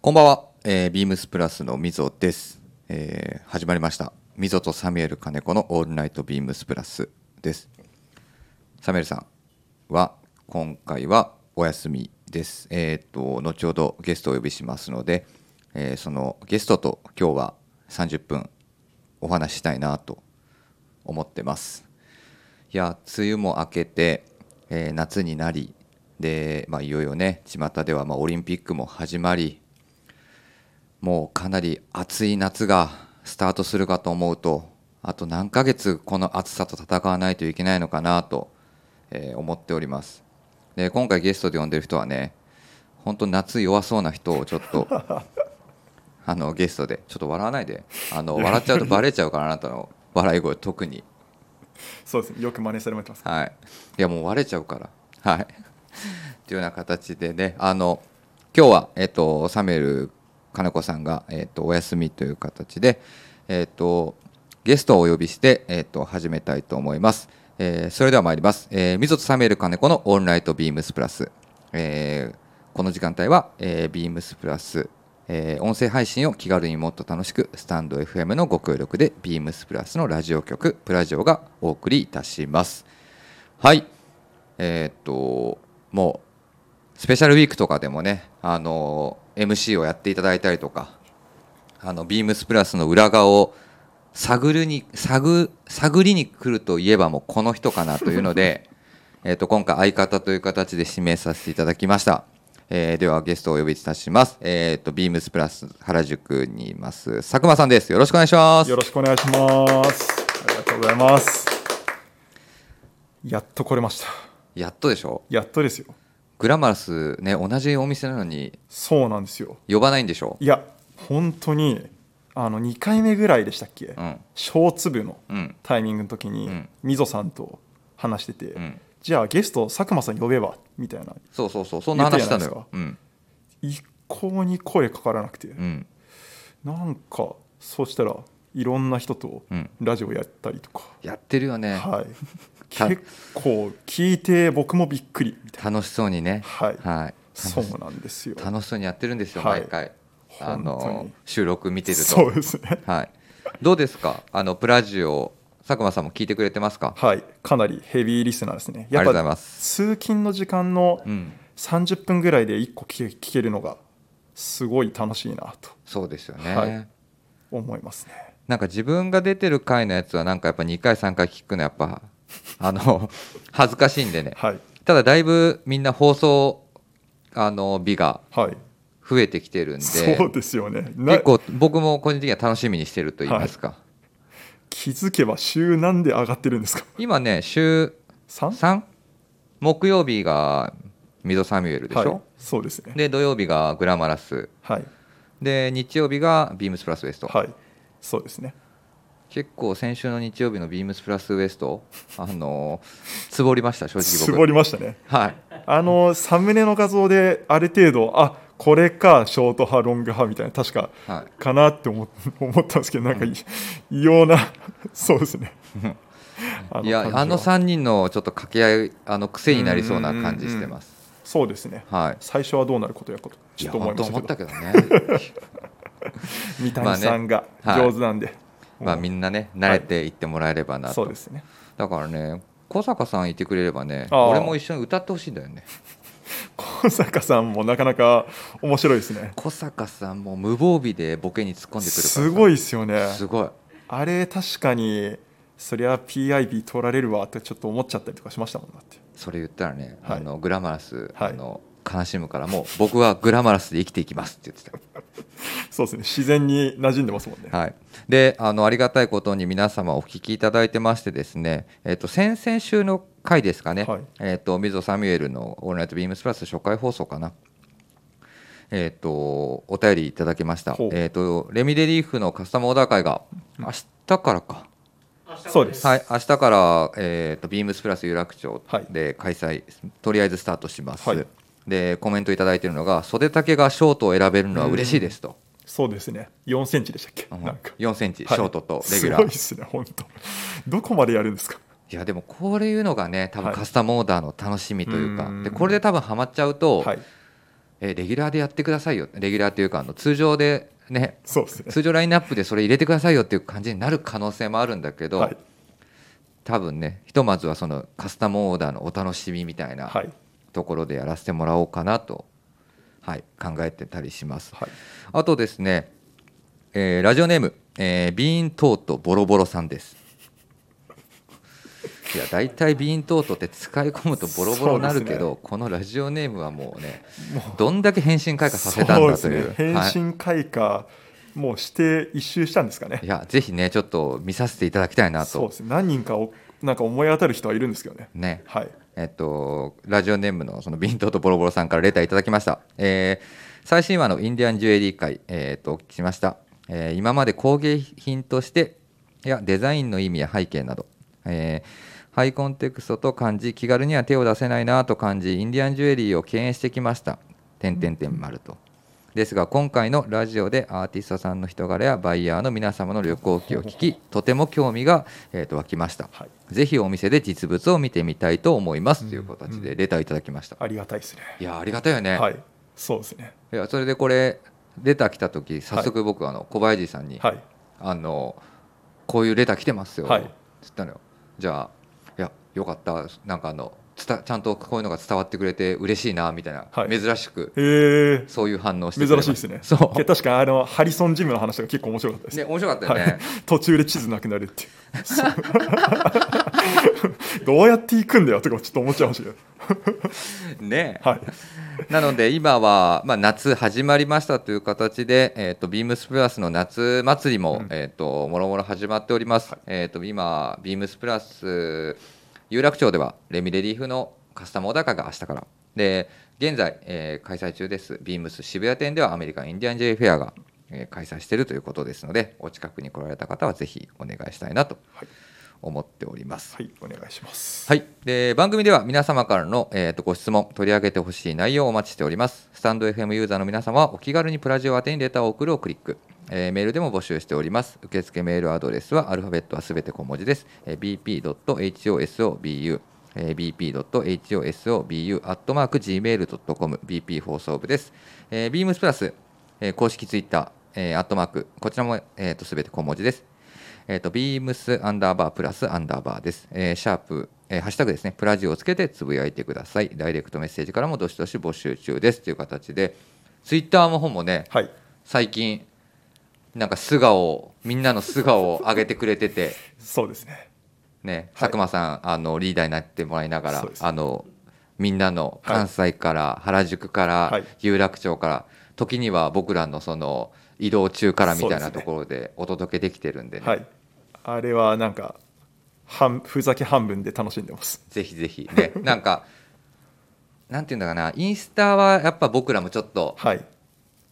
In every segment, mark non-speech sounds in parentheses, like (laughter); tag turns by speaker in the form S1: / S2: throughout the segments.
S1: こんばんは、えービームスプラスのみぞです、えー始まりましたみぞとサミュエル金子のオールナイトビームスプラスですサミュエルさんは今回はお休みですえっ、と後ほどゲストをお呼びしますので、えーそのゲストと今日は30分お話ししたいなと思ってますいや梅雨も明けて、えー夏になりで、まあ、いよいよね巷ではまあオリンピックも始まりもうかなり暑い夏がスタートするかと思うとあと何ヶ月この暑さと戦わないといけないのかなと、えー思っておりますで今回ゲストで呼んでる人はね本当夏弱そうな人をちょっ (laughs) とあのゲストでちょっと笑わないであの笑っちゃうとバレちゃうからあなたの笑い声特に
S2: そうですね。よく真似されてます。
S1: はい、いやもう割れちゃうから。はい、というような形でねあの今日は、えっとサミュエル金子さんが、えっとお休みという形で、えっとゲストをお呼びして、えっと始めたいと思います。えーそれでは参ります。えー、みぞとサミュエル金子のオンライトビームスプラス。えーこの時間帯は、えー、ビームスプラス、えー音声配信を気軽にもっと楽しくスタンド FM のご協力でビームスプラスのラジオ局プラジオがお送りいたします。はい。えーっと、もう、スペシャルウィークとかでもね、あの、MC をやっていただいたりとか、あの、ビームスプラスの裏側を探るに、探、探りに来るといえばもうこの人かなというので、 (laughs) えーっと、今回相方という形で指名させていただきました。えーではゲストをお呼びいたします。えーっと、ビームスプラス原宿にいます、佐久間さんです。よろしくお願いします
S2: よ。ろしくお願いします。ありがとうございます。やっと来れました。
S1: やっとでしょ
S2: やっとですよ。
S1: グラマラスね、同じお店なのに
S2: そうなんですよ。
S1: 呼ばないんでしょ
S2: いや、本当に、あの、2回目ぐらいでしたっけ、
S1: うん。
S2: 小粒の
S1: うん。
S2: タイミングの時に、
S1: うん
S2: みぞさんと話してて、
S1: うん。
S2: じゃあゲスト、佐久間さん呼べば、みたいな。
S1: そうそうそう、そんな話したのよ。うん。
S2: 一向に声かからなくて、
S1: うん。
S2: なんか、そうしたら、いろんな人と
S1: うん。
S2: ラジオやったりとか、
S1: やってるよね。
S2: はい、
S1: (laughs) た
S2: 結構聞いて僕もびっくりみたい
S1: 楽しそうにね
S2: な。。はい、
S1: はい。
S2: そ
S1: 楽し
S2: うなんですよ。
S1: 楽しそうにやってるんですよ、
S2: はい
S1: 毎回。あ
S2: 本当
S1: の
S2: に。
S1: 収録見てる
S2: そう
S1: と。
S2: ですね。
S1: はい。どうですか。あのプラジオ。佐久間さんも聞いてくれてますか。
S2: はい、かなりヘビーリスナーです
S1: あ
S2: ね。
S1: りが
S2: やっ
S1: とうござい
S2: ぱ
S1: ます。
S2: 通勤の時間の
S1: うん。
S2: 30分ぐらいで1個聞け聞けるのがすごい楽しいなと
S1: そうですよ
S2: はい
S1: ね。
S2: 思いますね。
S1: なんか自分が出てる回のやつは、なんかやっぱ二回三回聞くの、やっぱ。あの。 (laughs) 恥ずかしいんでね。
S2: はい、
S1: ただだいぶみんな放送。あの美が。
S2: はい、
S1: 増えてきてるんで。
S2: そうですよね。な
S1: 結構僕も個人的には楽しみにしてると言いますか、
S2: 気づけば週なんで上がってるんですか。
S1: 今ね週
S2: 3?
S1: 3木曜日がミドサミュエルでしょ、
S2: はい、そうですね。
S1: で土曜日がグラマラス
S2: はい、
S1: で日曜日がビームスプラスウエスト、
S2: はい、そうですね。
S1: 結構先週の日曜日のビームスプラスウエストあのーつぼりました正直
S2: 絞
S1: 僕
S2: りましたね。
S1: はい
S2: あのサムネの画像である程度あこれかショート派ロング派みたいな確か
S1: は
S2: かなって思っ思ったんですけどなんかい異様なそうですねあ
S1: い、いや
S2: 感じは
S1: あの3人のちょっと掛け合いあの癖になりそうな感じしてます、
S2: そうですね
S1: はい
S2: 最初はどうなることやこと
S1: い
S2: ちょ
S1: や
S2: っと思い
S1: 本当
S2: ました
S1: 思
S2: け
S1: っ
S2: ど
S1: たけどね
S2: (laughs) 三谷さんが
S1: まあねはい
S2: 上手なんで、
S1: まあみんなね慣れていってもらえればなと、
S2: そうですね
S1: だからね小坂さんいてくれればね
S2: ああ
S1: 俺も一緒に歌ってほしいんだよね
S2: 小坂さんもなかなか面白いですね
S1: 小坂さんも無防備でボケに突っ込んでくるから
S2: すご
S1: い
S2: いですよね
S1: すごい
S2: あれ確かにそりゃ PIB 取られるわってちょっと思っちゃったりとかしましたもんだって
S1: それ言ったらね、
S2: はい
S1: あのグラマラス、
S2: は
S1: あ
S2: い
S1: の悲しむからもう僕はグラマラスで生きていきますって言って
S2: そうですね自然に馴染んでますもんね
S1: た、はい、であのありがたいことに皆様お聞きいただいてましてですね、えっと先々週の回ですかね、
S2: はい
S1: えっと水野サミュエルの「オールナイトビームスプラス」初回放送かなえっ、と、お便りいただきました。
S2: ほう
S1: えっ、と、レミレリーフのカスタムオーダー会が、明日からか。
S2: そうです。
S1: はい、明日から、えー、とビームスプラス有楽町
S2: はい
S1: で開催、とりあえずスタートします、
S2: はい
S1: でコメントいただいているのが袖丈がショートを選べるのは嬉しいですと、
S2: そうですね。4センチでしたっけ？
S1: うん
S2: なんか。
S1: 4センチ、
S2: はい
S1: ショートとレギュラー
S2: すごい
S1: い
S2: ですね、本当。どこまでやるんですか？
S1: やでもこれいうのがね多分
S2: はい
S1: カスタムオーダーの楽しみというか、
S2: うん
S1: でこれで多分ハマっちゃうと、
S2: はい。
S1: えレギュラーでやってくださいよレギュラーというかあの通常でね
S2: そうですね。
S1: 通常ラインナップでそれ入れてくださいよっていう感じになる可能性もあるんだけど、
S2: はい。
S1: 多分ねひとまずはそのカスタムオーダーのお楽しみみたいな
S2: はい。
S1: ところでやらせてもらおうかなと、はい、考えてたりします。
S2: はい。
S1: あとですね、えーラジオネーム、えービーントートボロボロさんです。いや大体ビーントートって使い込むとボロボロになるけ
S2: そう
S1: ど、このラジオネームはもうね
S2: も
S1: どんだけ返信開花させたんだと
S2: そう
S1: い
S2: で
S1: う
S2: すね。返
S1: はい、
S2: 信開花、もうして一周したんですかね
S1: い。やぜひねちょっと見させていただきたいな
S2: そう
S1: と
S2: ですね。何人かおなんか思い当たる人はいるんですけどね。
S1: ね
S2: はい。
S1: えっと、ラジオネームのそのビントとボロボロさんからレターいただきました、えー最新話のインディアンジュエリー会、えー、とお聞きしました、えー今まで工芸品としていやデザインの意味や背景など、えーハイコンテクストと感じ気軽には手を出せないなと感じインディアンジュエリーを敬遠してきました点点点丸とですが今回のラジオでアーティストさんの人柄やバイヤーの皆様の旅行記を聞きとても興味が、えー、と湧きました
S2: はい。
S1: ぜひお店で実物を見てみたいと思います、という形でレターいただきました、
S2: ありがたいですね。
S1: いやありがたいよね、、
S2: はいい。そうですね。
S1: やそれでこれレター来た時早速僕、あの小林さんに、
S2: はい。
S1: あのこういうレター来てますよ、
S2: はい
S1: つったのよじゃあいやよかったなんかあのつたちゃんとこういうのが伝わってくれて嬉しいなみたいな、
S2: はい
S1: 珍しく
S2: へえ。
S1: そういう反応してくれ
S2: 珍
S1: ま
S2: しいですね。
S1: そ
S2: いや確かにあのハリソンジムの話が結構面白かったで
S1: う
S2: す。
S1: ね面白かったよね、
S2: はい、途中で地図なくなるっていうそうどうやって行くんだよとかちょっと思っちゃいましたけど、
S1: ね
S2: はい、
S1: (laughs) なので今は、まあ、夏始まりましたという形で、えー、とビームスプラスの夏祭りも、
S2: うん
S1: えー、ともろもろ始まっております、えー、と今ビームスプラス有楽町ではレミレリーフのカスタムオーダー会が明日からで現在、えー開催中ですビームス渋谷店ではアメリカンインディアンジェイフェアが、えー開催しているということですのでお近くに来られた方はぜひお願いしたいなと
S2: はい
S1: 思っております
S2: はい、お願いします
S1: はい、で番組では皆様からの、えー、とご質問取り上げてほしい内容をお待ちしておりますスタンド FM ユーザーの皆様はお気軽にプラジオ宛てにレターを送るをクリック、えーメールでも募集しております受付メールアドレスはアルファベットはすべて小文字です、えー bp.hosobu えー bp.hosobu.gmail.com bp 放送部です、えー、beams プラス、えー公式ツイッター、えーアットマークこちらもすべ、えーと、全て小文字ですえっ、と、beams アンダーバープラスアンダーバーです。えーシャープ、えーハッシュタグですね、プラジオをつけてつぶやいてください。ダイレクトメッセージからもどしどし募集中ですという形で、ツイッターも本もね、
S2: はい
S1: 最近、なんか素顔を、みんなの素顔を上げてくれてて、
S2: そうですね
S1: ね、
S2: はい
S1: 佐久間さん、あのリーダーになってもらいながら
S2: そうで、す
S1: あのみんなの関西から、原宿から、
S2: はい
S1: 有楽町から、時には僕らのその移動中からみたいなところでお届けできてるんでね、
S2: はいあれはなんか半ふざけ半分で楽しんでます
S1: ぜひぜひね (laughs) なんかなんていうんだかなインスタはやっぱ僕らもちょっと
S2: はい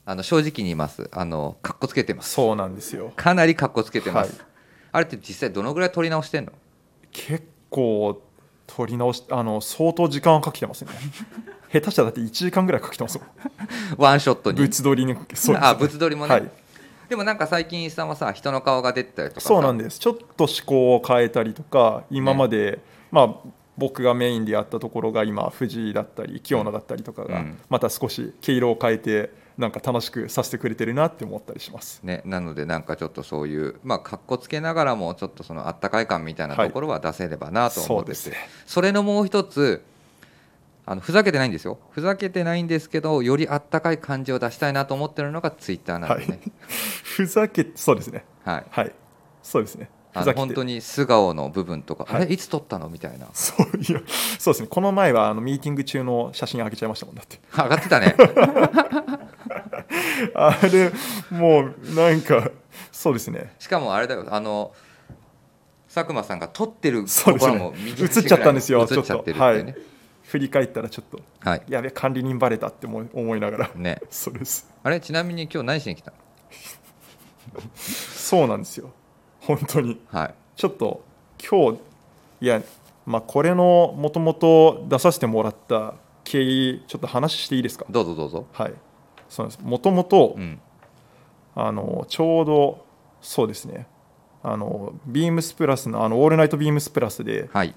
S1: あの正直に言いますあのかっこつけてます
S2: そうなんですよ
S1: かなりかっこつけてます、
S2: は
S1: あれって実際どのぐらい撮り直してんの
S2: 結構取り直しあの相当時間はかけてますね下手したらだって1時間ぐらいかけてますもん
S1: ワンショットに
S2: ぶつ撮りにそうですね
S1: あ物撮りもね、
S2: はい
S1: でもなんか最近インスタもさ人の顔が出てたりとかさ
S2: そうなんですちょっと思考を変えたりとか今まで、まあ僕がメインでやったところが今藤井だったり清野だったりとかが、
S1: うん
S2: また少し毛色を変えてなんか楽しくさせてくれてるなって思ったりします
S1: ね、なのでなんかちょっとそういうまあかっこつけながらもちょっとそのあったかい感みたいなところは出せればなと思
S2: そ
S1: っ
S2: う
S1: て
S2: で
S1: て、
S2: すね
S1: それのもう一つあのふざけてないんですよふざけてないんですけどよりあったかい感じを出したいなと思ってるのがツイッターなんでね、
S2: ふざけそうですね
S1: はい
S2: はいそうですねふ
S1: あ
S2: ざ
S1: の
S2: け
S1: 本当
S2: て
S1: に素顔の部分とか、
S2: はい
S1: あれいつ撮ったのみたいな
S2: そういやそうですねこの前はあのミーティング中の写真あげちゃいましたもんだって
S1: 上がってたね
S2: (laughs) あれもうなんかそうですね
S1: しかもあれだよあの佐久間さんが撮ってる
S2: そう
S1: とこ
S2: です
S1: ろ
S2: ね
S1: も
S2: 映っちゃったんですよ
S1: 映っちゃってるっていうね
S2: ちょっ振り返ったらちょっと
S1: はい、
S2: やべ管理人バレたって思い思いながら (laughs)
S1: ね
S2: そうです
S1: あれちなみに今日何しに来たの
S2: そうなんですよ本当に
S1: はい
S2: ちょっと今日いやまあこれのもともと出させてもらった経緯ちょっと話していいですか
S1: どうぞどうぞ
S2: はいそうなんですもともと
S1: うん
S2: あのちょうどそうですねあのビームスプラスのあのオールナイトビームスプラスで
S1: はい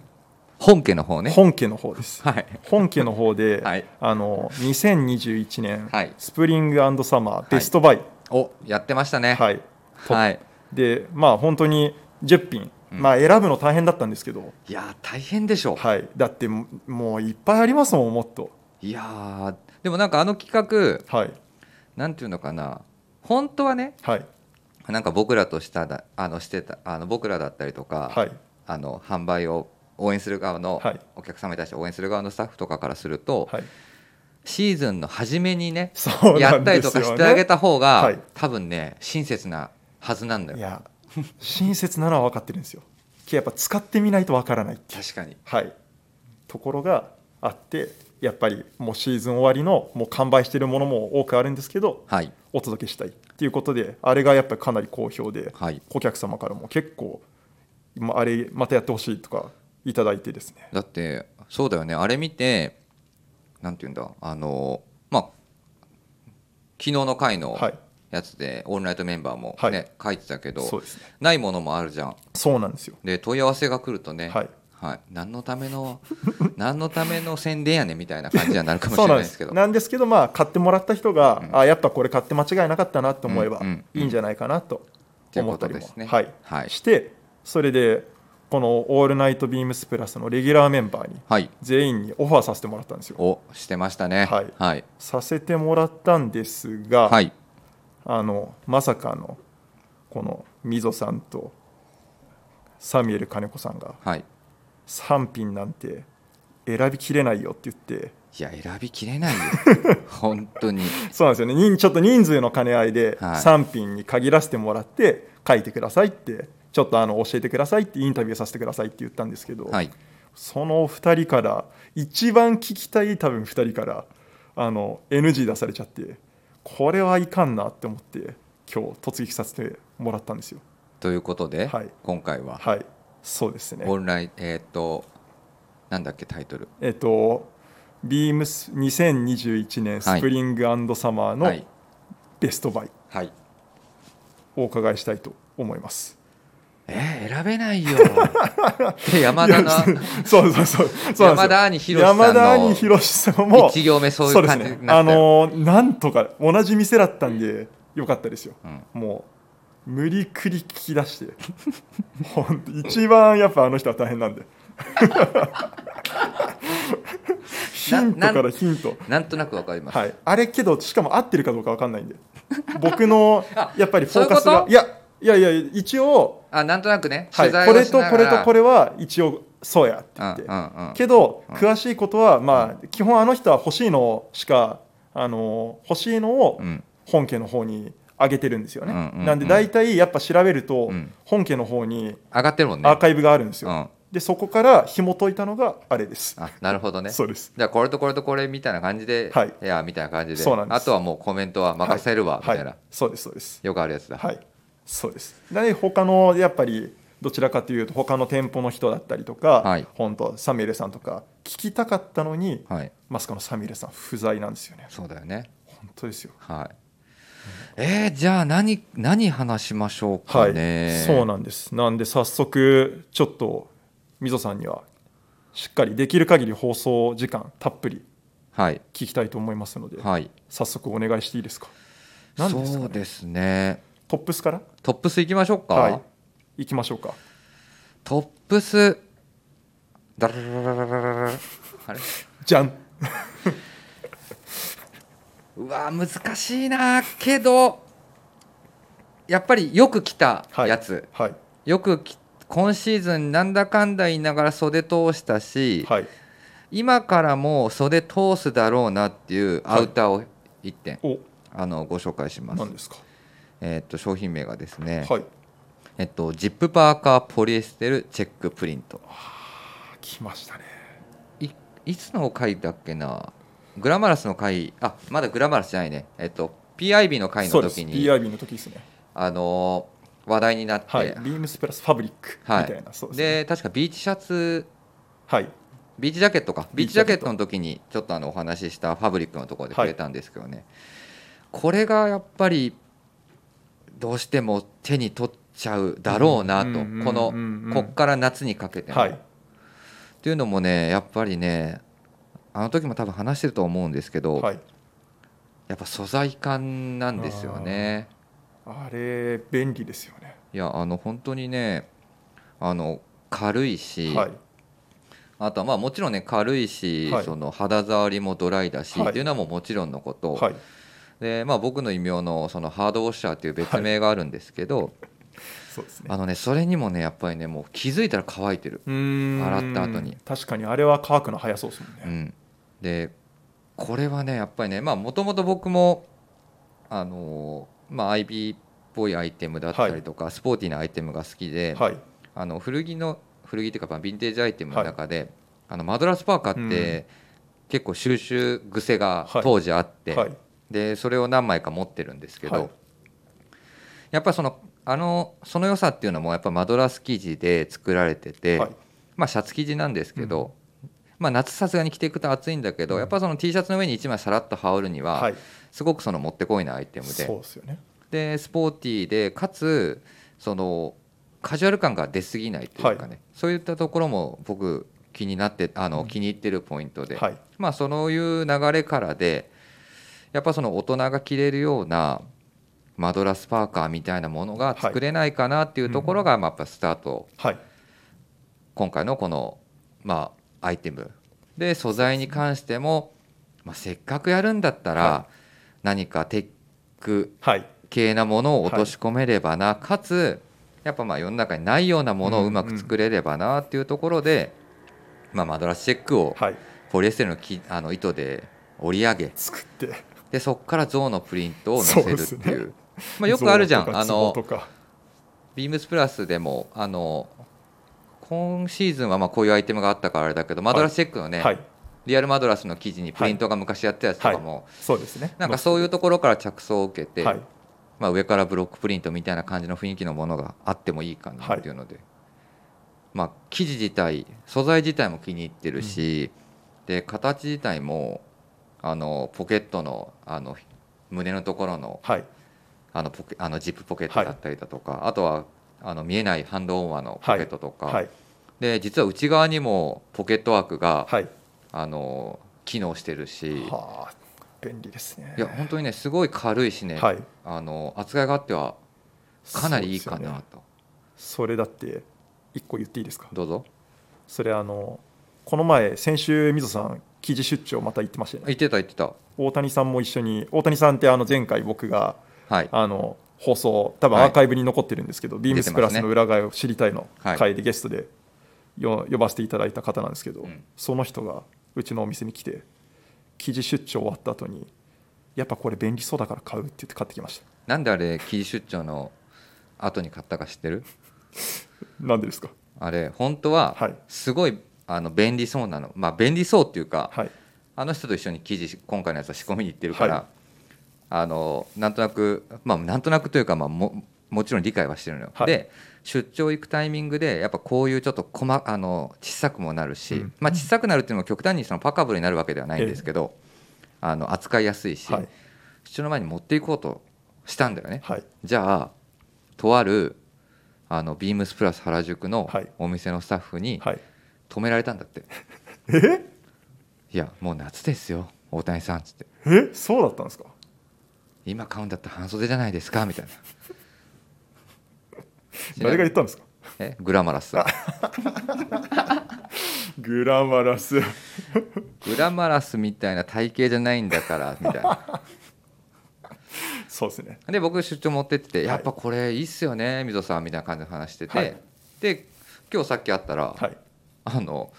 S1: 本家の方ね
S2: 本家の方です
S1: はい
S2: 本家の方で、
S1: (laughs) はい
S2: あの2021年、
S1: はい
S2: スプリングサマーベストバイ、
S1: おやってましたね
S2: はいトップ
S1: はい
S2: でまあ本当に10品、
S1: うん
S2: まあ、選ぶの大変だったんですけど、
S1: いやー大変でしょう、
S2: はい、だってももういっぱいありますもんもっと、
S1: い、やーでもなんかあの企画
S2: はい
S1: なんていうのかな本当はね
S2: はい
S1: なんか僕らとしただあのしてたあの僕らだったりとか、
S2: はい
S1: あの販売を応援する側の、
S2: はい
S1: お客様に対して応援する側のスタッフとかからすると、
S2: はい
S1: シーズンの初めにね
S2: そう
S1: や
S2: な
S1: っ
S2: ん
S1: たり
S2: で
S1: と
S2: す
S1: か
S2: よ、ね、
S1: してあげた方が、
S2: はい
S1: 多分ね親切なはずなんだ
S2: い
S1: よ
S2: や親切なのは分かってるんですよけどやっぱ使ってみないと分からないっていう
S1: 確かに
S2: はい、ところがあってやっぱりもうシーズン終わりのもう完売しているものも多くあるんですけど
S1: はい
S2: お届けしたいっていうことであれがやっぱりかなり好評で、
S1: はい
S2: お客様からも結構、まあ、あれまたやってほしいとかいただいてですね
S1: だってそうだよねあれ見てなんていうんだあのまあ昨日の回の
S2: はい
S1: やつで、オールナイトメンバーも
S2: はい
S1: ね、書いてたけど
S2: そうですね
S1: ないものもあるじゃん
S2: そうなんですよ
S1: で問い合わせが来るとね、
S2: はい
S1: はい、何のための (laughs) 何のための宣伝やねみたいな感じにはなるかもし
S2: そう
S1: れな
S2: ない
S1: で
S2: んです
S1: けど
S2: すなんですけどまあ買ってもらった人が、あやっぱこれ買って間違いなかったなと思えば
S1: うんうんうん
S2: いいんじゃないかなと思ったり
S1: とい
S2: も、
S1: うことですね
S2: はい
S1: はい
S2: してそれでこの「オールナイトビームスプラス」のレギュラーメンバーに
S1: はい
S2: 全員にオファーさせてもらったんですよ
S1: をしてましたね
S2: はい
S1: はい、
S2: させてもらったんですが、
S1: はい
S2: あのまさかのこのみぞさんとサミュエル金子さんが
S1: はい
S2: 3品なんて選びきれないよって言って
S1: いや選びきれ
S2: (laughs)
S1: ないよ本当に
S2: そうなんですよね人ちょっと人数の兼ね合いで
S1: はい
S2: 3品に限らせてもらって書いてくださいってちょっとあの教えてくださいってインタビューさせてくださいって言ったんですけど、
S1: はい
S2: その2人から一番聞きたい多分2人からあの NG 出されちゃってこれはいかんなって思って今日突撃させてもらったんですよ
S1: ということで、
S2: はい
S1: 今回は、
S2: はいそうですね
S1: オンラインえーっ、となんだっけタイトル
S2: えっとビームス2021年
S1: はい
S2: スプリングサマー
S1: は
S2: の
S1: い
S2: ベストバイ
S1: はい
S2: をお伺いしたいと思いま
S1: え
S2: す、
S1: ー選べないよで山田の
S2: (laughs) そうそうそうそう
S1: 山田
S2: なん
S1: 兄
S2: です
S1: 博
S2: よ
S1: さんの
S2: 山田兄博さんも
S1: 一行目そうい
S2: そう
S1: う
S2: です
S1: 感じ
S2: ね
S1: にな
S2: あ
S1: ったよ
S2: のーなんとか同じ店だったんでよかったですよ、
S1: うん
S2: もう無理くり聞き出して (laughs) ほんと一番やっぱあの人は大変な
S1: (laughs)
S2: んでヒントからヒント
S1: なんとなくわかります、
S2: はい、 (laughs) あれけどしかも合ってるかどうか分かんないんで (laughs) 僕の
S1: あ
S2: やっぱりフォーカスが
S1: そう
S2: いやいやいや一応、
S1: あなんとなくね、
S2: は
S1: 取
S2: い、
S1: 材
S2: こ
S1: を
S2: れ
S1: し
S2: と
S1: な
S2: こ
S1: が
S2: れ
S1: ら
S2: とこれは一応そうやって言って、
S1: うんうんうん
S2: けど詳しいことは、まあ、基本あの人は欲しいのしかあの欲しいのを
S1: うん
S2: 本家の方に上げてるんですよね、
S1: うんうんうん
S2: なんで大体やっぱ調べると、
S1: うん
S2: 本家の方に
S1: 上がってるもんね
S2: アーカイブがあるんですよ、
S1: うん
S2: でそこから紐解いたのがあれです
S1: あなるほどね
S2: そうです
S1: じゃあこれとこれとこれみたいな感じで、
S2: はい
S1: やみたいな感じで
S2: そうなんです
S1: あとはもうコメントは任せるわ、みたいな、
S2: はい、そうですそうです
S1: よくあるやつだ、
S2: はい、そうです。で他のやっぱりどちらかというと他の店舗の人だったりとか、
S1: はい
S2: 本当サミュエルさんとか聞きたかったのに、
S1: はい
S2: マスカのサミュエルさん不在なんですよね。
S1: そうだよね
S2: 本当ですよ。
S1: はいえー、じゃあ何何話しましょう
S2: は
S1: か
S2: い、
S1: ね、
S2: そうなんです。なんで早速ちょっとみぞさんにはしっかりできる限り放送時間たっぷり
S1: はい
S2: 聞きたいと思いますので、
S1: はい
S2: 早速お願いしていいですか。何です
S1: そ
S2: か
S1: う
S2: ね。
S1: ですね
S2: トップスから
S1: トップスいきましょうか、
S2: はい行きましょうか。
S1: トップスダラララララララあれ
S2: じゃん。
S1: うわ難しいなけどやっぱりよく来たやつ、
S2: はい
S1: よくき今シーズンなんだかんだ言いながら袖通したし、
S2: はい。
S1: 今からもう袖通すだろうなっていうアウターを1点、
S2: お
S1: あのご紹介します
S2: 何、ですか。
S1: えーっと商品名がですね、
S2: はい。
S1: えっと、ジップパーカーポリエステルチェックプリント
S2: 来ましたね
S1: いいつの回だっけなグラマラスの回あまだグラマラスじゃないねえっと PIB の回
S2: そ
S1: の
S2: うです
S1: 時に
S2: PIB の時ですね
S1: あのー話題になって、
S2: はい、ビームスプラスファブリックみ
S1: はい
S2: たいなそう
S1: で
S2: ですね
S1: 確かビーチシャツ
S2: はい
S1: ビーチジャケットかビ
S2: ビ
S1: ー
S2: ー
S1: チジ
S2: チジ
S1: ャ
S2: ャ
S1: ケ
S2: ケ
S1: ッ
S2: ッ
S1: ト
S2: ト
S1: の時にちょっとあのお話ししたファブリックのところで触れたんですけどね、これがやっぱりどうしても手に取っちゃうだろうなと、
S2: うんうんうんうん
S1: このこっから夏にかけても、
S2: はい
S1: っていうのもねやっぱりねあの時も多分話してると思うんですけど、
S2: はい、
S1: やっぱ素材感なんですよね。
S2: あれ便利ですよね、
S1: いやあの本当にねあの軽いし、
S2: はい、
S1: あとはまあもちろんね軽いし、
S2: はい
S1: その肌触りもドライだし、
S2: はい
S1: っていうのはもうもちろんのこと、
S2: はい、
S1: でまあ、僕の異名のそのハードウォッシャーっていう別名があるんですけど、
S2: そうですね
S1: あのねそれにもねやっぱりねもう気づいたら乾いてる、
S2: うーん
S1: 洗った後に
S2: 確かにあれは乾くの早そうですもんね、
S1: うん、でこれはねやっぱりねまあもともと僕もあのーまあ IB っぽいアイテムだったりとか、スポーティーなアイテムが好きで、
S2: はい
S1: あの古着の古着っていうかまあヴィンテージアイテムの中で、あのマドラスパーカーって、結構収集癖が
S2: はい
S1: 当時あって、
S2: はい
S1: でそれを何枚か持ってるんですけど、
S2: はい
S1: やっぱそのあのその良さっていうのもやっぱマドラス生地で作られてて、
S2: はい
S1: まあ、シャツ生地なんですけど、まあ、夏さすがに着ていくと暑いんだけど、やっぱその T シャツの上に1枚さらっと羽織るには、
S2: はい
S1: すごくそのもってこいなアイテムで
S2: そうですよね
S1: でスポーティーでかつそのカジュアル感が出過ぎないというかね、そういったところも僕気になってあの気に入ってるポイントで、
S2: はい
S1: まあそういう流れからでやっぱその大人が着れるようなマドラスパーカーみたいなものが作れないかなっていうところが、まあやっぱスタート
S2: はい
S1: 今回のこの、まあ、アイテムで素材に関しても、まあ、せっかくやるんだったら
S2: は
S1: 何かテック
S2: はい
S1: 系なものを落とし込めればな、かつやっぱまあ世の中にないようなものをうまく作れればなっていうところで、まあ、マドラスチェックを
S2: はい
S1: ポリエステルのきあの糸で織り上げ
S2: 作って
S1: でそこから象のプリントを載せるって
S2: そう
S1: い
S2: で
S1: う。まあ、よくあるじゃん
S2: 像とか
S1: あの
S2: 壺とか
S1: ビームスプラスでもあの今シーズンはまあこういうアイテムがあったからあれだけどマドラスチェックのね、
S2: はい
S1: リアルマドラスの記事にプリントが昔やってたやつとかも、
S2: そうですね
S1: なんかそういうところから着想を受けて、
S2: はい
S1: まあ、上からブロックプリントみたいな感じの雰囲気のものがあってもいいかなっていうので、まあ、生地自体素材自体も気に入ってるし、で形自体もあのポケットのあの胸のところの
S2: はい
S1: あのポケあのジップポケットだったりだとか、あとはあの見えないハンドオーバーのポケットとか、
S2: はい
S1: で実は内側にもポケットワークが、
S2: はい
S1: あの機能してるし。
S2: はあ便利ですね
S1: いや本当にねすごい軽いしね、
S2: はい
S1: あの扱いがあってはかなりいいかなと、
S2: それだって一個言っていいですか
S1: どうぞ
S2: それあのこの前先週みぞさん記事出張また行ってましたよね
S1: 言ってた言ってた
S2: 大谷さんも一緒に大谷さんってあの前回僕が
S1: はい
S2: あの放送多分アーカイブに残ってるんですけど、ビームスプラスの裏側を知りたいの
S1: はい
S2: 会でゲストでよ呼ばせていただいた方なんですけど、
S1: うん
S2: その人がうちのお店に来て記事出張終わった後にやっぱこれ便利そうだから買うって言って買ってきました
S1: なんであれ記事出張の後に買ったか知ってる
S2: なんでですか
S1: あれ本当は
S2: はい
S1: すごい、あの便利そうなのまあ便利そうっていうか、
S2: はい
S1: あの人と一緒に記事今回のやつは仕込みに行ってるから、
S2: はい
S1: あのなんとなくまあなんとなくというか、まあ、ももちろん理解はしてるのよ、
S2: はい
S1: で出張行くタイミングでやっぱこういうちょっと細あの小さくもなるし、
S2: うん
S1: まあ、小さくなるっていうのも極端にそのパカブルになるわけではないんですけど、あの扱いやすいし、
S2: はい
S1: 出張の前に持っていこうとしたんだよね、
S2: はい
S1: じゃあとあるあのビームスプラス原宿の
S2: はい
S1: お店のスタッフに
S2: はい
S1: 止められたんだって、
S2: え
S1: いやもう夏ですよ大谷さんっつって
S2: えそうだったんですか
S1: 今買うんだったら半袖じゃないですかみたいな
S2: 誰が言ったんですか
S1: えグラマラスさん
S2: グラマラス
S1: グラマラスみたいな体型じゃないんだからみたい
S2: (laughs)
S1: な
S2: そうですね
S1: で僕出張持ってってて
S2: い
S1: やっぱこれいいっすよね溝さんみたいな感じの話してて、
S2: はい
S1: で今日さっき会ったら、
S2: はい
S1: あの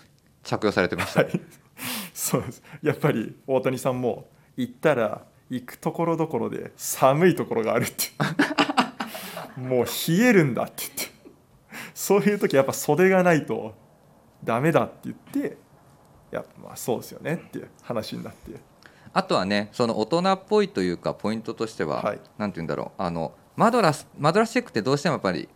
S1: 着用されてました、
S2: はい、そうですやっぱり大谷さんも行ったら行くところどころで寒いところがあるってもう冷えるんだって言ってそういう時やっぱ袖がないとダメだって言ってやっぱまあそうですよねっていう話になって
S1: あとはねその大人っぽいというかポイントとしては、
S2: はい
S1: なんて言うんだろうあのマドラスマドラスチェックってどうしてもやっぱり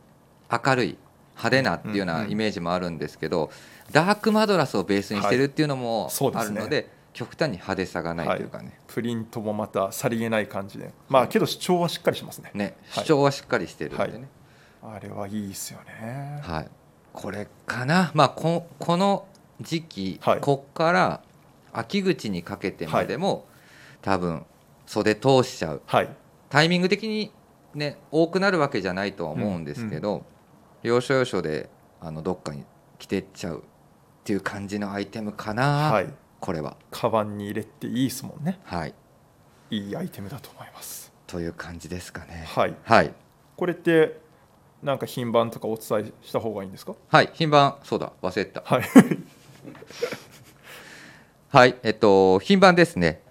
S1: 明るい派手なっていうよう
S2: うん
S1: な
S2: うん
S1: イメージもあるんですけど、ダークマドラスをベースにしてるっていうのも
S2: いそうで
S1: あ
S2: す
S1: る
S2: ね
S1: ので,、極端に派手さがないというかね,、
S2: プリントもまたさりげない感じでまあけど主張はしっかりしますね
S1: ね
S2: は
S1: 主
S2: い
S1: 張はしっかりしてるんでね、
S2: あれはいいですよね
S1: はいこれかな、まあ、ここの時期、
S2: はい
S1: こっから秋口にかけてまでも、多分袖通しちゃう
S2: はい
S1: タイミング的にね多くなるわけじゃないとは思うんですけど、要所要所であのどっかに着てっちゃうっていう感じのアイテムかな、
S2: はい
S1: これは。
S2: カバンに入れていいですもんね
S1: はい
S2: いいアイテムだと思います
S1: という感じですかね。
S2: はい
S1: はい、
S2: これってなんか品番とかお伝えした方がいいんですか
S1: はい、品番そうだ忘れてた
S2: はい
S1: はい、えっと、品番ですね。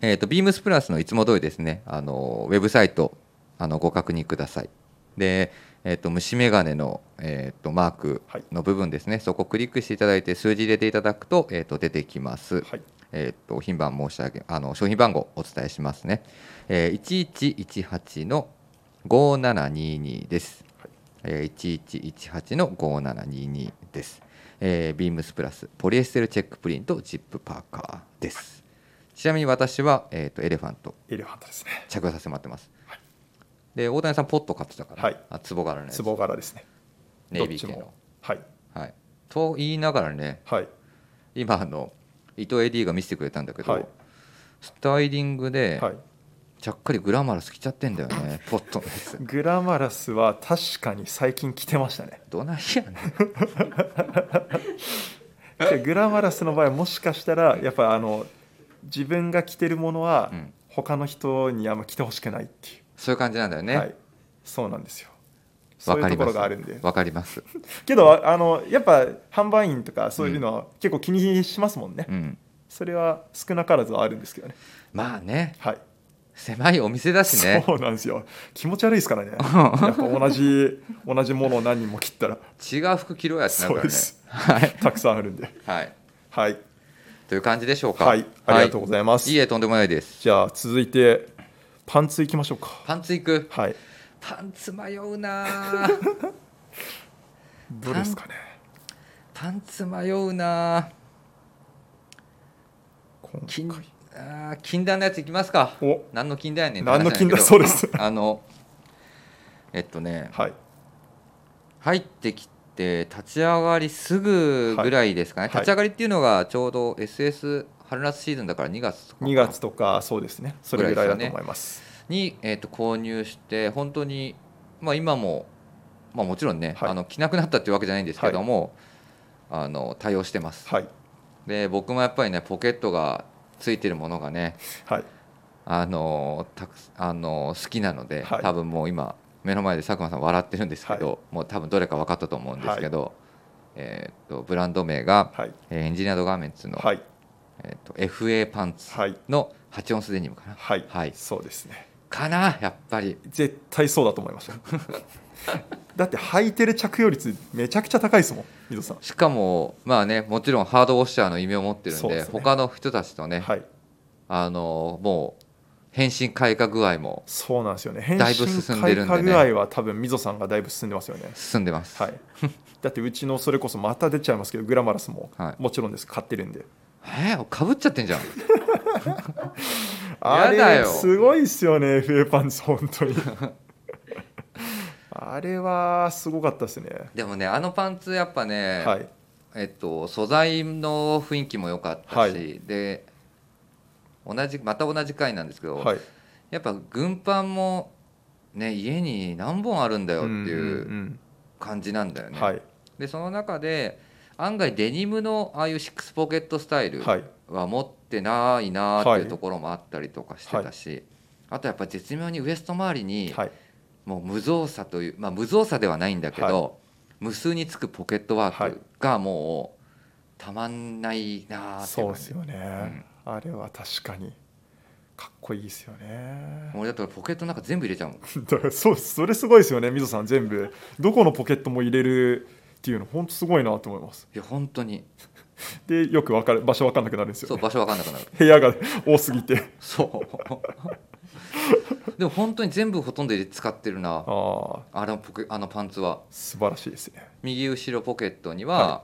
S1: えっと、ビームスプラスのいつも通りですね、あのウェブサイト、あのご確認ください。で、えっと、虫眼鏡の、えっと、マークの部分ですね、そこをクリックしていただいて、数字入れていただくと、えっと、出てきます。
S2: はい
S1: えっと、品番申し上げ、あの商品番号お伝えしますね。えー、1118の5722です。
S2: はい
S1: えー、1118の5722です、えービームスプラスポリエステルチェックプリントジップパーカーですちなみに私は、えー、とエレファント
S2: エレファントですね
S1: 着用させてもらってます、で大谷さんポット買ってたから、
S2: はい
S1: あ壺柄のやつ
S2: 壺柄ですね
S1: ネイビー系
S2: どっち
S1: の
S2: も、はい
S1: はい、と言いながらね
S2: はい
S1: 今あの伊藤 AD が見せてくれたんだけど、
S2: はい
S1: スタイリングで、
S2: はい
S1: ちゃっかりグラマラス着ちゃってんだよねポットのやつ
S2: グラマラスは確かに最近着てましたね
S1: どないやねん
S2: でグラマラスの場合はもしかしたらやっぱあの自分が着てるものは
S1: うん
S2: 他の人にあんま着てほしくないっていう、
S1: そういう感じなんだよね、
S2: はい、そうなんですよ
S1: わ
S2: そういう
S1: か
S2: と
S1: り
S2: こ
S1: ま
S2: ろ
S1: す
S2: があるんで
S1: わかります
S2: けどあのやっぱ販売員とかそういうのは結構気にしますもんね、
S1: うん
S2: それは少なからずはあるんですけどね
S1: まあね
S2: はい
S1: 狭いお店だしね
S2: そうなんですよ気持ち悪いで
S1: (laughs)
S2: すからねやっぱ同じ同じものを何人も切ったら
S1: 違う服着ろやってなる
S2: そ
S1: か
S2: う
S1: ら
S2: で
S1: ね
S2: す
S1: はい、
S2: たくさんあるんで
S1: はい、
S2: はい
S1: という感じでしょうか
S2: はいありがとうご
S1: い
S2: ざいます、
S1: いいえとんでもないです
S2: じゃあ続いてパンツいきましょうか
S1: パンツいく
S2: はい
S1: パンツ迷うなぁ
S2: どうですかね
S1: パンツ迷うなぁ
S2: 今回
S1: 禁あー禁断のやついきますか
S2: お
S1: 何の禁断やねん
S2: 何の禁断
S1: って話なん
S2: そう
S1: や
S2: です
S1: け (laughs) どあのえっとね
S2: はい
S1: 入ってきて立ち上がりすぐぐらいですかね、
S2: はいはい
S1: 立ち上がりっていうのがちょうど SS 春夏シーズンだから2月とか
S2: 2月とかそうですねそれぐらいだと思います
S1: に、えー、と購入して本当に、まあ、今も、まあ、もちろんね、
S2: はい
S1: あの着なくなったっていうわけじゃないんですけども、あの対応してます、
S2: はい
S1: で僕もやっぱりねポケットがついてるものがね
S2: はい
S1: あのたくあの好きなので、
S2: はい
S1: 多分もう今目の前で佐久間さん笑ってるんですけど、もう多分どれか分かったと思うんですけど、えー、とブランド名が、
S2: はい
S1: えーエンジニアードガーメンツの、
S2: はい
S1: えー、と FA パンツ
S2: はい
S1: の8オンスデニムかな、
S2: はい、
S1: はい
S2: そうですね
S1: かなやっぱり
S2: 絶対そうだと思いました (laughs) だって履いてる着用率めちゃくちゃ高いですもん水戸さん
S1: しかもまあねもちろんハードウォッシャーの異名を持ってるん
S2: そう
S1: で
S2: ですね
S1: 他の人たちとね、
S2: はい
S1: あのもう変身開花具合も
S2: そうなんですよね変
S1: だいぶ
S2: 身
S1: 進んで
S2: 開
S1: るんでね
S2: 花具合は多分溝さんがだいぶ進んでますよね
S1: 進んでます、 (laughs)
S2: はいだってうちのそれこそまた出ちゃいますけどグラマラスも
S1: はい
S2: もちろんです買ってるんで
S1: えー、かぶっちゃってんじゃん
S2: あ
S1: やだ
S2: れ
S1: よ
S2: すごいっすよね FA パンツ本当に
S1: (laughs)
S2: あれはすごかったですね
S1: でもねあのパンツやっぱね、
S2: はい
S1: えっと、素材の雰囲気も良かったし、
S2: はい
S1: で同じまた同じ回なんですけど、
S2: はい
S1: やっぱ軍パンもね家に何本あるんだよっていう
S2: ん
S1: うん感じなんだよ
S2: うん
S1: ね、
S2: はい
S1: でその中で案外デニムのああいうシックスポケットスタイル
S2: はい
S1: は持ってないなーって
S2: はい
S1: いうところもあったりとかしてたし、あとやっぱ絶妙にウエスト周りに
S2: はい
S1: もう無造作という、まあ、無造作ではないんだけど、無数につくポケットワークがもうたまんないなーって
S2: そう
S1: 感
S2: で
S1: じ
S2: すよね、あれは確かにかっこいいですよね (laughs)
S1: 俺だったらポケットの中全部入れちゃうもん
S2: だからそうそれすごいですよね、みぞさん、全部、どこのポケットも入れるっていうの、本当すごいなと思います。
S1: いや本当に
S2: で、よくわかる場所わかんなくなるんです
S1: そ
S2: よ、
S1: う
S2: ね、
S1: 場所わかんなくなる
S2: 部屋が多すぎて。
S1: そう (laughs) でも本当に全部ほとんど入れ使ってるな
S2: ああ、
S1: あのポケあのパンツは
S2: 素晴らしいですね。
S1: 右後ろポケットには、
S2: は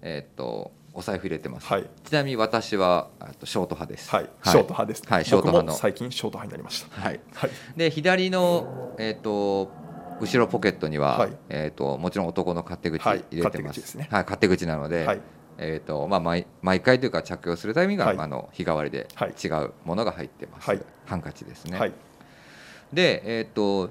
S1: えーっとお財布入れてます、
S2: はい、
S1: ちなみに私はあとショート派です
S2: はい、ショート派です、ね
S1: はいショート
S2: 僕
S1: 派の
S2: も最近、ショート派になりました。
S1: はい
S2: はい、
S1: で左のえーっと後ろポケットには、
S2: はい
S1: えーっともちろん男の勝手口
S2: はい
S1: 入れてます、
S2: 勝手口ですね
S1: はい、勝手口なので、
S2: はい、
S1: えーとまあ、毎毎回というか着用するタイミングは、
S2: はい
S1: あの日替わりで
S2: はい
S1: 違うものが入ってます、
S2: はい
S1: ハンカチですね、
S2: はい、
S1: でえっ、と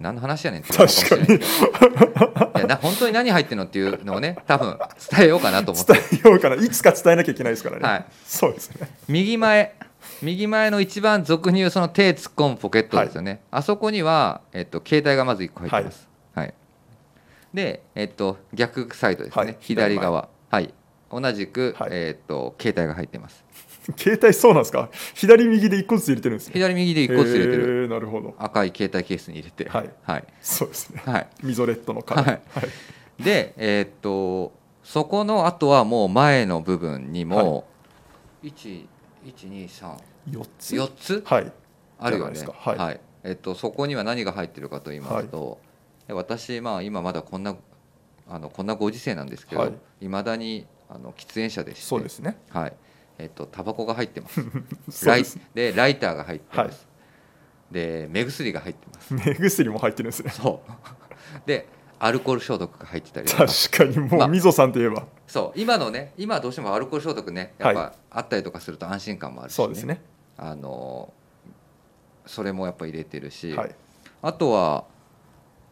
S1: 何の話やねんって思う
S2: 確か
S1: もしれ
S2: に伝
S1: ないいやな本当に何入ってんのっていうのをね多分伝えようかなと思って
S2: えようかないつか伝えなきゃいけないですからね、
S1: はい
S2: そうですね
S1: 右前右前の一番俗に言うその手突っ込むポケットですよね、あそこには、えっと、携帯がまず1個入ってます、はいで、えっと、逆サイドですね、
S2: はい
S1: 左側はい同じく、
S2: はい
S1: えっと携帯が入ってます
S2: 携帯そうなんですか左右で一個ずつ入れてるんですね
S1: 左右で1個ずつ入れてる
S2: へえなるほど
S1: 赤い携帯ケースに入れて
S2: はい
S1: はい、
S2: そうですね
S1: はい
S2: ミゾレットのカラー
S1: はいでえーっとそこのあとはもう前の部分にも、123
S2: 4つ
S1: 4つ
S2: はい
S1: あるよね
S2: じゃないですかはい
S1: えっと、そこには何が入ってるかと言いますと、え私、まあ、今まだこんなあのこんなご時世なんですけど、
S2: はい
S1: い、まだにあの喫煙者でして
S2: そうですね
S1: はいえっと、タバコが入ってます
S2: (laughs) そう
S1: ライ
S2: です
S1: でライターが入ってます、で目薬が入ってます
S2: 目薬も入ってるんですね
S1: そう (laughs) でアルコール消毒が入ってたりとか
S2: 確かにも
S1: まあ
S2: うみぞさんといえば
S1: そう今のね今どうしてもアルコール消毒ねやっ
S2: は
S1: ぱあったりとかすると安心感もあるし、
S2: そうですね
S1: あのそれもやっぱ入れてるし、
S2: はい
S1: あとは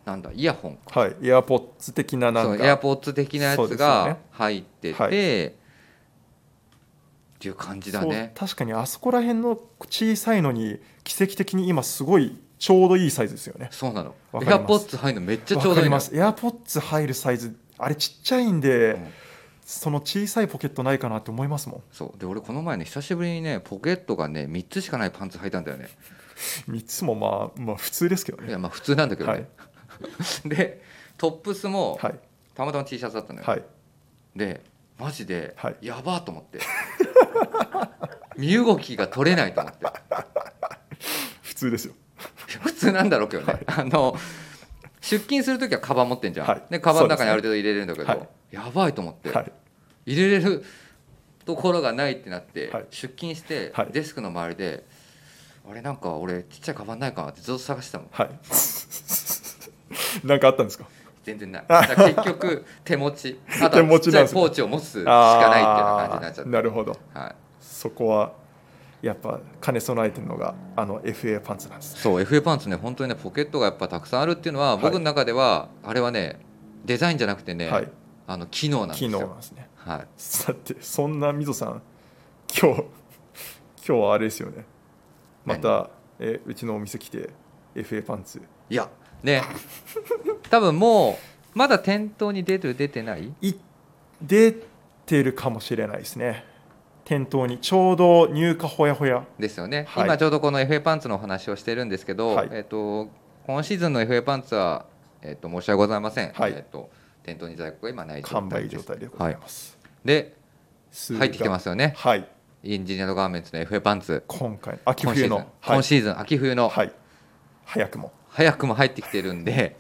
S1: なんだイヤホン
S2: はいエアポッツ的なな
S1: その
S2: ん
S1: エア
S2: か
S1: ポッツ的なや
S2: そう
S1: つ
S2: ですよ
S1: が
S2: ね
S1: 入ってて、
S2: はい
S1: っていう感じだね
S2: そう確かにあそこら辺の小さいのに奇跡的に今すごいちょうどいいサイズですよね
S1: そうなの
S2: わか
S1: エ
S2: り
S1: ア
S2: ます
S1: ポッツ入るのめっちゃ
S2: わ
S1: ちょうど
S2: か
S1: い
S2: り
S1: いの
S2: ますエアポッツ入るサイズあれちっちゃいんで、
S1: うん
S2: その小さいポケットないかなって思いますも
S1: そうで俺この前ね久しぶりにねポケットがね3つしかないパンツ履いたんだよね
S2: ん3つもまあまあ普通ですけど
S1: い
S2: ね
S1: やまあ普通なんだけど
S2: はい
S1: ね、 (laughs) でトップスも
S2: はい
S1: たまたま T シャツだったのよ、
S2: はい
S1: でマジで、
S2: はい
S1: やばーと思って (laughs) 身動きが取れないと思って
S2: 普通ですよ
S1: (laughs) 普通なんだろうけどね、あの出勤する時はカバン持ってんじゃん、
S2: はい
S1: でカバンの中にあ
S2: そ
S1: る
S2: う
S1: 程度入れれるんだけど、
S2: はい
S1: やばいと思って、
S2: はい
S1: 入れれるところがないってなって、
S2: はい
S1: 出勤して、
S2: はい
S1: デスクの周りであれなんか俺ちっちゃいカバンないかなってずっと探してたもん
S2: はい (laughs) なんかあったんで
S1: (laughs)
S2: すか
S1: 全然ないだから結局手持ちあとは
S2: (laughs) 手持ち
S1: ちっちゃ
S2: なん
S1: い
S2: ですね
S1: ポーチを持つし
S2: し
S1: かないっていうような感じになっちゃって
S2: なるほど
S1: はい、
S2: そこはやっぱ兼ね備えてるのがあの FA パンツなんですね
S1: そう FA パンツね本当にねポケットがやっぱたくさんあるっていうのは、
S2: い
S1: 僕の中ではあれはねデザインじゃなくてね、
S2: はい
S1: あの機能なんです
S2: 機
S1: よ
S2: 能なんですね
S1: はい
S2: さてそんなみぞさん今日 (laughs) 今日はあれですよねまたえうちのお店来て FA パンツ
S1: いや
S2: (laughs)
S1: ね多分もうまだ店頭に出てる出てない
S2: い出てるかもしれないですね店頭にちょうど入荷ほやほや
S1: ですよね、
S2: はい
S1: 今ちょうどこの FA パンツのお話をしてるんですけど、
S2: はい
S1: えっと今シーズンの FA パンツは、えっと申し訳ございません、
S2: はい
S1: えっと店頭に在庫が今ない状
S2: 完
S1: 態
S2: 売
S1: で
S2: 状
S1: す
S2: 態でございます、
S1: で
S2: 数が
S1: 入ってきてますよね
S2: はい
S1: インジニアドガーメンツの FA パンツ
S2: 今回秋
S1: 今シーズン
S2: 冬のはい
S1: 今シーズン秋冬の、
S2: はい早くも
S1: 早くも入ってきてるんで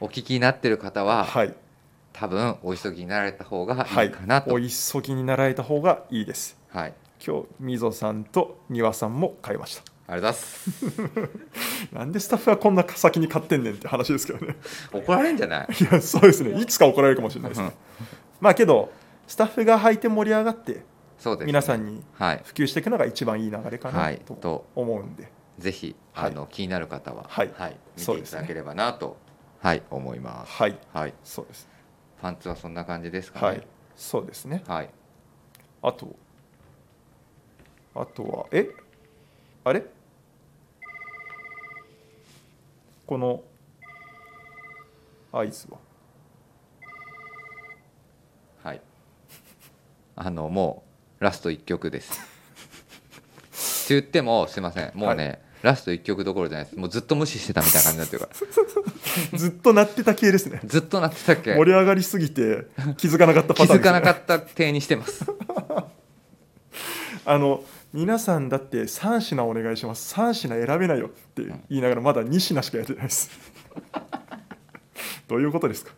S1: お聞きになってる方は、
S2: はい
S1: 多分お急ぎになられた方が
S2: はい
S1: い
S2: い
S1: かなと、
S2: お
S1: はい
S2: 急ぎになられた方がいいです
S1: あり
S2: 今日みぞさんと庭さんも買いました
S1: がとうございます
S2: なんでスタッフはこんな先に買ってんねんって話ですけどね (laughs)
S1: 怒られるんじゃない
S2: いやそうですねいつか怒られるかもしれないですね、まあけどスタッフが履いて盛り上がって
S1: そうです、
S2: 皆さんに
S1: はい、
S2: 普及していくのが一番いい流れか
S1: は
S2: ないと
S1: と
S2: 思うんで、
S1: ぜひ、
S2: はい
S1: あの気になる方は、
S2: はい
S1: 見
S2: そう
S1: てい
S2: です
S1: た
S2: ね
S1: だければなと、はい、思います、
S2: はい、
S1: はい。
S2: そうです、
S1: パンツはそんな感じですか
S2: はい
S1: ね。、
S2: そうですね、
S1: はい。
S2: あと、あとは、えあれこの合
S1: (laughs)
S2: 図は、
S1: はい。 (laughs) あのもうラスト一曲
S2: (laughs)
S1: です。って言ってもすいません、もうね、
S2: は
S1: ラスト一曲どころじゃないです。もうずっと無視してたみたいな感 (laughs) じになってるから。
S2: ずっと鳴ってた系ですね、
S1: ずっとなってたっけ
S2: 盛。り上がりすぎて気づかなかった
S1: 気
S2: パター
S1: づ
S2: ンです、
S1: か
S2: ね
S1: な、かった体にしてます。
S2: あの皆さんだって3品お願いします3品選べないよって言いながらまだ2品しかやってないです
S1: (laughs)
S2: どういうことですか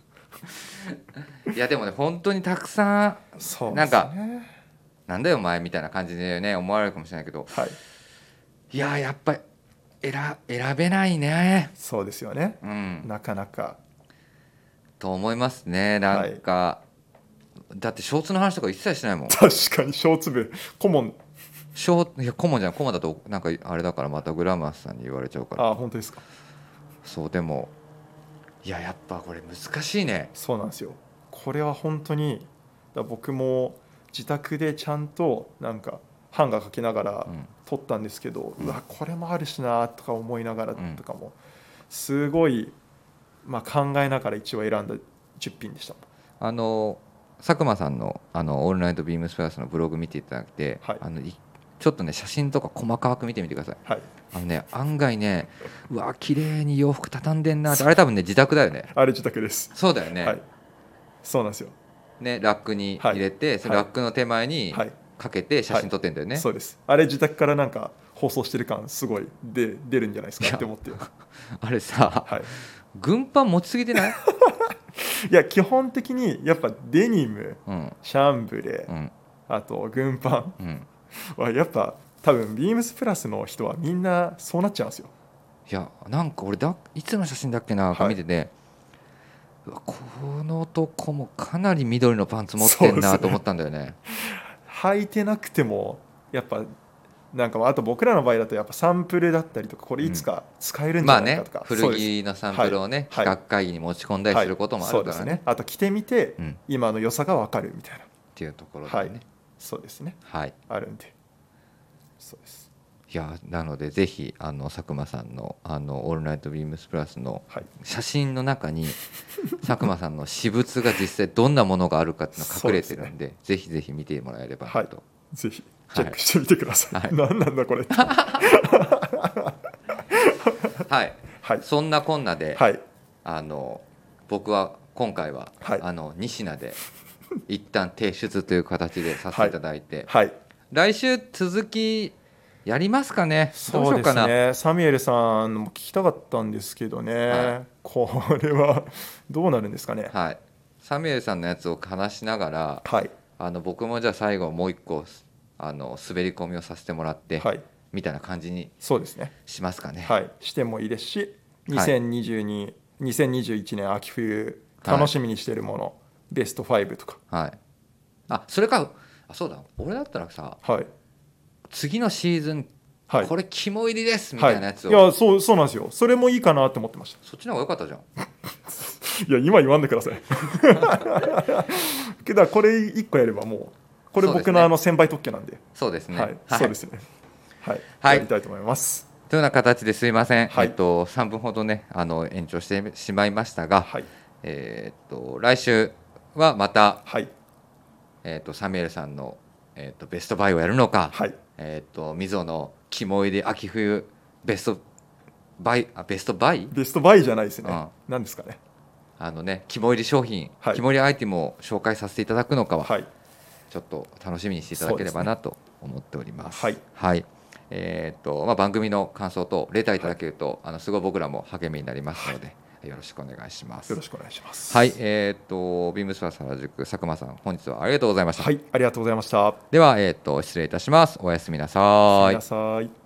S1: いやでもね本当にたくさん
S2: そう
S1: なんか
S2: ね
S1: なんだよお前みたいな感じでね思われるかもしれないけど、
S2: はい
S1: いやーやっぱり選選べないね。
S2: そうですよね
S1: うん。
S2: なかなか
S1: と思いますねなんか、だってショーツの話とか一切しないもん
S2: 確かに小粒顧問
S1: ショーいやコモじゃんコモだとなんかあれだからまたグラマーさんに言われちゃうから
S2: ああ本当ですか
S1: そうでもいややっぱこれ難しいね
S2: そうなんですよこれは本当にだ僕も自宅でちゃんとなんか版画描きながら
S1: うん
S2: 撮ったんですけど、
S1: う
S2: うんわこれもあるしなとか思いながら
S1: うん
S2: とかも、すごい、まあ、考えながら一応選んだ10品でした
S1: あの佐久間さんのあの「オールナイトビームスプラス」のブログ見ていただいて、
S2: はい
S1: あのいちょっとね写真とか細かく見てみてください
S2: はい
S1: あ
S2: (laughs)
S1: のね案外ねうわ綺麗に洋服畳んでんなってあれ多分ね自宅だよね
S2: あれ自宅です、
S1: そうだよね,、
S2: はいそうなんですよ
S1: ねラックに入れて、
S2: はい
S1: そのラックの手前に
S2: はい
S1: かけて写真撮ってんだよね、
S2: そうですあれ自宅からなんか放送してる感すごいで出るんじゃないです
S1: いや
S2: かって思
S1: (laughs)
S2: って
S1: あれさ、
S2: はい、
S1: 軍パン持ちすぎてない、
S2: いや基本的にやっぱデニム
S1: うん
S2: シャンブレー
S1: うん
S2: あと軍パン
S1: うん、
S2: はやっぱ多分ビームスプラスの人はみんなそうなっちゃうんですよ
S1: いやなんか俺だいつの写真だっけな、
S2: はい
S1: 見ててうわこの男もかなり緑のパンツ持ってん
S2: そうです
S1: な
S2: ね
S1: と思ったんだよね
S2: 履いてなくてもやっぱなんかあと僕らの場合だとやっぱサンプルだったりとかこれいつか使えるんじ
S1: ま
S2: ゃ
S1: あ
S2: ない
S1: ね
S2: かとか、そう
S1: 古
S2: です
S1: 着のサンプルをね、
S2: はい
S1: 企画会議に持ち込んだりすることもあ
S2: は
S1: る
S2: い
S1: か
S2: そうです
S1: らね,、
S2: ねあと着てみて、
S1: うん
S2: 今の良さが分かるみたいな
S1: っていうところでね
S2: はいそうですね
S1: はい
S2: あるんでそうです
S1: いやなのでぜひあの佐久間さんの「あのオールナイトビームスプラス」の
S2: はい
S1: 写真の中に佐久間さんの私物が実際どんなものがあるかっていうのが隠れてるんでぜひぜひ見てもらえればなと、
S2: ぜひチェックしてみてください、
S1: はい
S2: 何なんだこれって
S1: はい、
S2: はい
S1: そんなこんなで、
S2: はい
S1: あの僕は今回は、
S2: はい
S1: あの2品で一旦提出という形でさせていただいて、
S2: はい
S1: 来週続きやりますかねどうし
S2: そ
S1: よ
S2: う
S1: う
S2: で
S1: か
S2: す
S1: な
S2: ねサミュエルさんのも聞きたかったんですけどね、
S1: は
S2: これはどうなるんですかね
S1: はい、サミュエルさんのやつを話しながら
S2: はい
S1: あの僕もじゃあ最後もう一個あの滑り込みをさせてもらって、
S2: はい
S1: みたいな感じに
S2: そうですね
S1: しますかね。
S2: はいしてもいいですし
S1: はい
S2: 2022、2021年秋冬
S1: はい
S2: 楽しみにしているもの、ベスト5とか
S1: はい、あそれかあそうだ俺だったらさ
S2: はい
S1: 次のシーズン、
S2: はい
S1: これ肝入りですみ
S2: は
S1: た
S2: い
S1: いなやつを、
S2: やそうそうなんですよそれもいいかなって思ってまし
S1: そっちの方が良かったじゃん。
S2: たいや今言わんでください (laughs) けどこれ1個やればもうこれ
S1: そうです
S2: 僕
S1: ね
S2: のあの先輩特許なんで
S1: そうですね。
S2: はい、そうですねはい、
S1: はい
S2: やりたいと思います
S1: というような形ですいません、
S2: はい
S1: えっと、3分ほどねあの延長してしまいましたが、
S2: はい
S1: えっと来週はまた、
S2: はい
S1: えっと、サミュエルさんの、えっと、ベストバイをやるのか、
S2: はい
S1: えっと溝の肝入り秋冬ベストバイあベストバイ
S2: ベストバイじゃないですね、
S1: うん
S2: なんですかね
S1: あのね肝入り商品、
S2: はい
S1: 肝入りアイテムを紹介させていただくのかは、
S2: はい
S1: ちょっと楽しみにしていただければなと思っております。
S2: はい
S1: えーっとまあ、番組の感想とレターいただけると、あのすごい僕らも励みになりますので、よろしくお願いします。
S2: よろしくお願いします
S1: はい、えーっとビームスプラス原宿佐久間さん本日はありがとうございました。
S2: はい、ありがとうございました。
S1: ではえーっと失礼いたします。おやすみなさ
S2: おやすみ
S1: ーい
S2: な。さい。